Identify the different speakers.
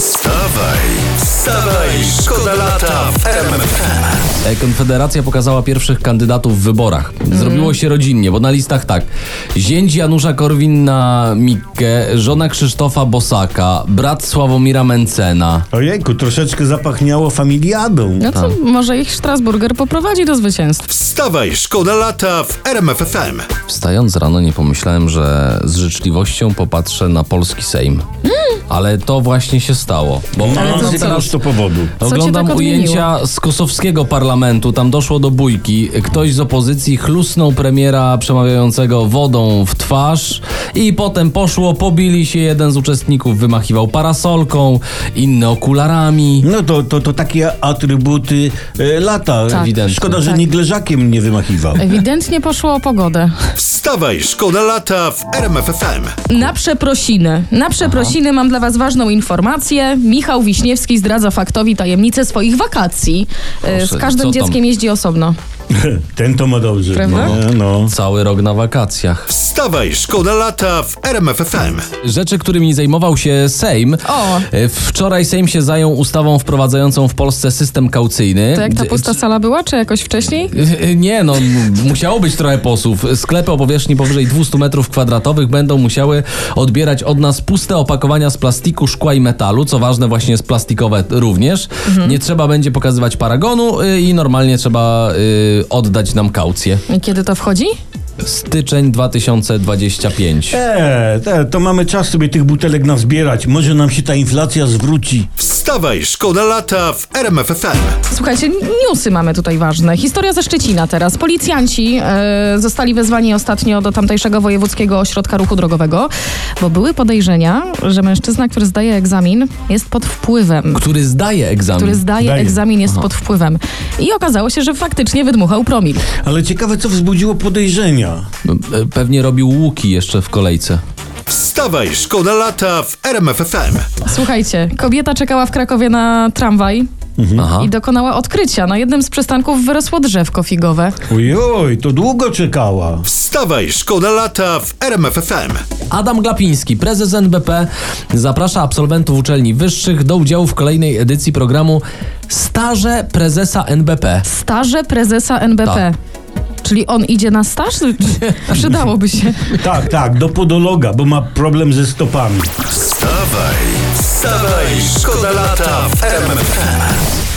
Speaker 1: Wstawaj, wstawaj, szkoda lata w RMFFM.
Speaker 2: E, Konfederacja pokazała pierwszych kandydatów w wyborach. Zrobiło
Speaker 3: Mhm.
Speaker 2: się rodzinnie, bo na listach tak. Zięć Janusza Korwin na Mikke, żona Krzysztofa Bosaka, brat Sławomira Mencena.
Speaker 4: Ojejku, troszeczkę zapachniało familiadą.
Speaker 3: No
Speaker 2: Tak.
Speaker 3: to może ich Strasburger poprowadzi do zwycięstw.
Speaker 1: Wstawaj, szkoda lata w RMFFM.
Speaker 2: Wstając rano nie pomyślałem, że z życzliwością popatrzę na polski Sejm. Ale to właśnie się stało. Bo
Speaker 3: Mm. Ale
Speaker 4: Mam
Speaker 3: co
Speaker 4: z jakiegoś
Speaker 3: teraz?
Speaker 4: No, to powodu.
Speaker 3: Co cię
Speaker 2: Oglądam
Speaker 3: tak odmieniło?
Speaker 2: ujęcia z kosowskiego parlamentu. Tam doszło do bójki. Ktoś z opozycji chlusnął premiera przemawiającego wodą w twarz i potem poszło, pobili się. Jeden z uczestników wymachiwał parasolką, inny okularami.
Speaker 4: No to, to, to takie atrybuty e, lata.
Speaker 3: Tak.
Speaker 2: Ewidentnie.
Speaker 4: Szkoda, że
Speaker 3: Tak.
Speaker 4: nie gleżakiem nie wymachiwał.
Speaker 3: Ewidentnie poszło o pogodę.
Speaker 1: Wstawaj, szkoda lata w RMFFM.
Speaker 3: Na przeprosiny. Na przeprosiny mam dla Was ważną informację. Michał Wiśniewski zdradza faktowi tajemnicę swoich wakacji. E,
Speaker 2: Proszę,
Speaker 3: Z
Speaker 2: co
Speaker 3: każdym
Speaker 2: tam?
Speaker 3: dzieckiem jeździ osobno.
Speaker 4: Ten to ma dobrze.
Speaker 3: Prawda?
Speaker 4: No, no.
Speaker 2: Cały rok na wakacjach.
Speaker 1: Wstawaj, szkoda lata w RMFFM.
Speaker 2: Rzeczy, którymi zajmował się Sejm.
Speaker 3: O.
Speaker 2: E, Wczoraj Sejm się zajął ustawą wprowadzającą w Polsce system kaucyjny.
Speaker 3: To jak Tak, ta
Speaker 2: D-
Speaker 3: pusta sala była, czy jakoś wcześniej?
Speaker 2: Y, y, Nie, no m- musiało być trochę posłów. Sklepy o powierzchni powyżej 200 metrów kwadratowych będą musiały odbierać od nas puste opakowania z plastiku, szkła i metalu, co ważne właśnie jest plastikowe również.
Speaker 3: Mhm.
Speaker 2: Nie trzeba będzie pokazywać paragonu y, i normalnie trzeba y, oddać nam kaucję.
Speaker 3: I kiedy to wchodzi?
Speaker 2: Styczeń 2025.
Speaker 4: E, te, to mamy czas sobie tych butelek nazbierać. Może nam się ta inflacja zwróci.
Speaker 1: Wstawaj, szkoda lata w RMFFM.
Speaker 3: Słuchajcie, newsy mamy tutaj ważne. Historia ze Szczecina teraz. Policjanci e, zostali wezwani ostatnio do tamtejszego wojewódzkiego ośrodka ruchu drogowego, bo były podejrzenia, że mężczyzna, który zdaje egzamin, jest pod wpływem.
Speaker 2: Który zdaje egzamin.
Speaker 3: Który zdaje
Speaker 4: Zdaje.
Speaker 3: egzamin, jest pod wpływem. I okazało się, że faktycznie wydmuchał promil.
Speaker 4: Ale ciekawe, co wzbudziło podejrzenia.
Speaker 2: E, Pewnie robił łuki jeszcze w kolejce.
Speaker 1: Wstawaj, szkoda lata w RMFFM.
Speaker 3: Słuchajcie, kobieta czekała w Krakowie na tramwaj
Speaker 2: Aha.
Speaker 3: Mhm. i dokonała odkrycia. Na jednym z przystanków wyrosło drzewko figowe.
Speaker 4: Ojoj, to długo czekała.
Speaker 1: Wstawaj, szkoda lata w RMFFM.
Speaker 2: Adam Glapiński, prezes NBP, zaprasza absolwentów uczelni wyższych do udziału w kolejnej edycji programu Staże Prezesa NBP.
Speaker 3: Staże prezesa NBP.
Speaker 2: Tak.
Speaker 3: Czyli on idzie na staż? Przydałoby się.
Speaker 4: Tak, tak, do podologa, bo ma problem ze stopami.
Speaker 1: Wstawaj, wstawaj, szkoda lata w RMFFM.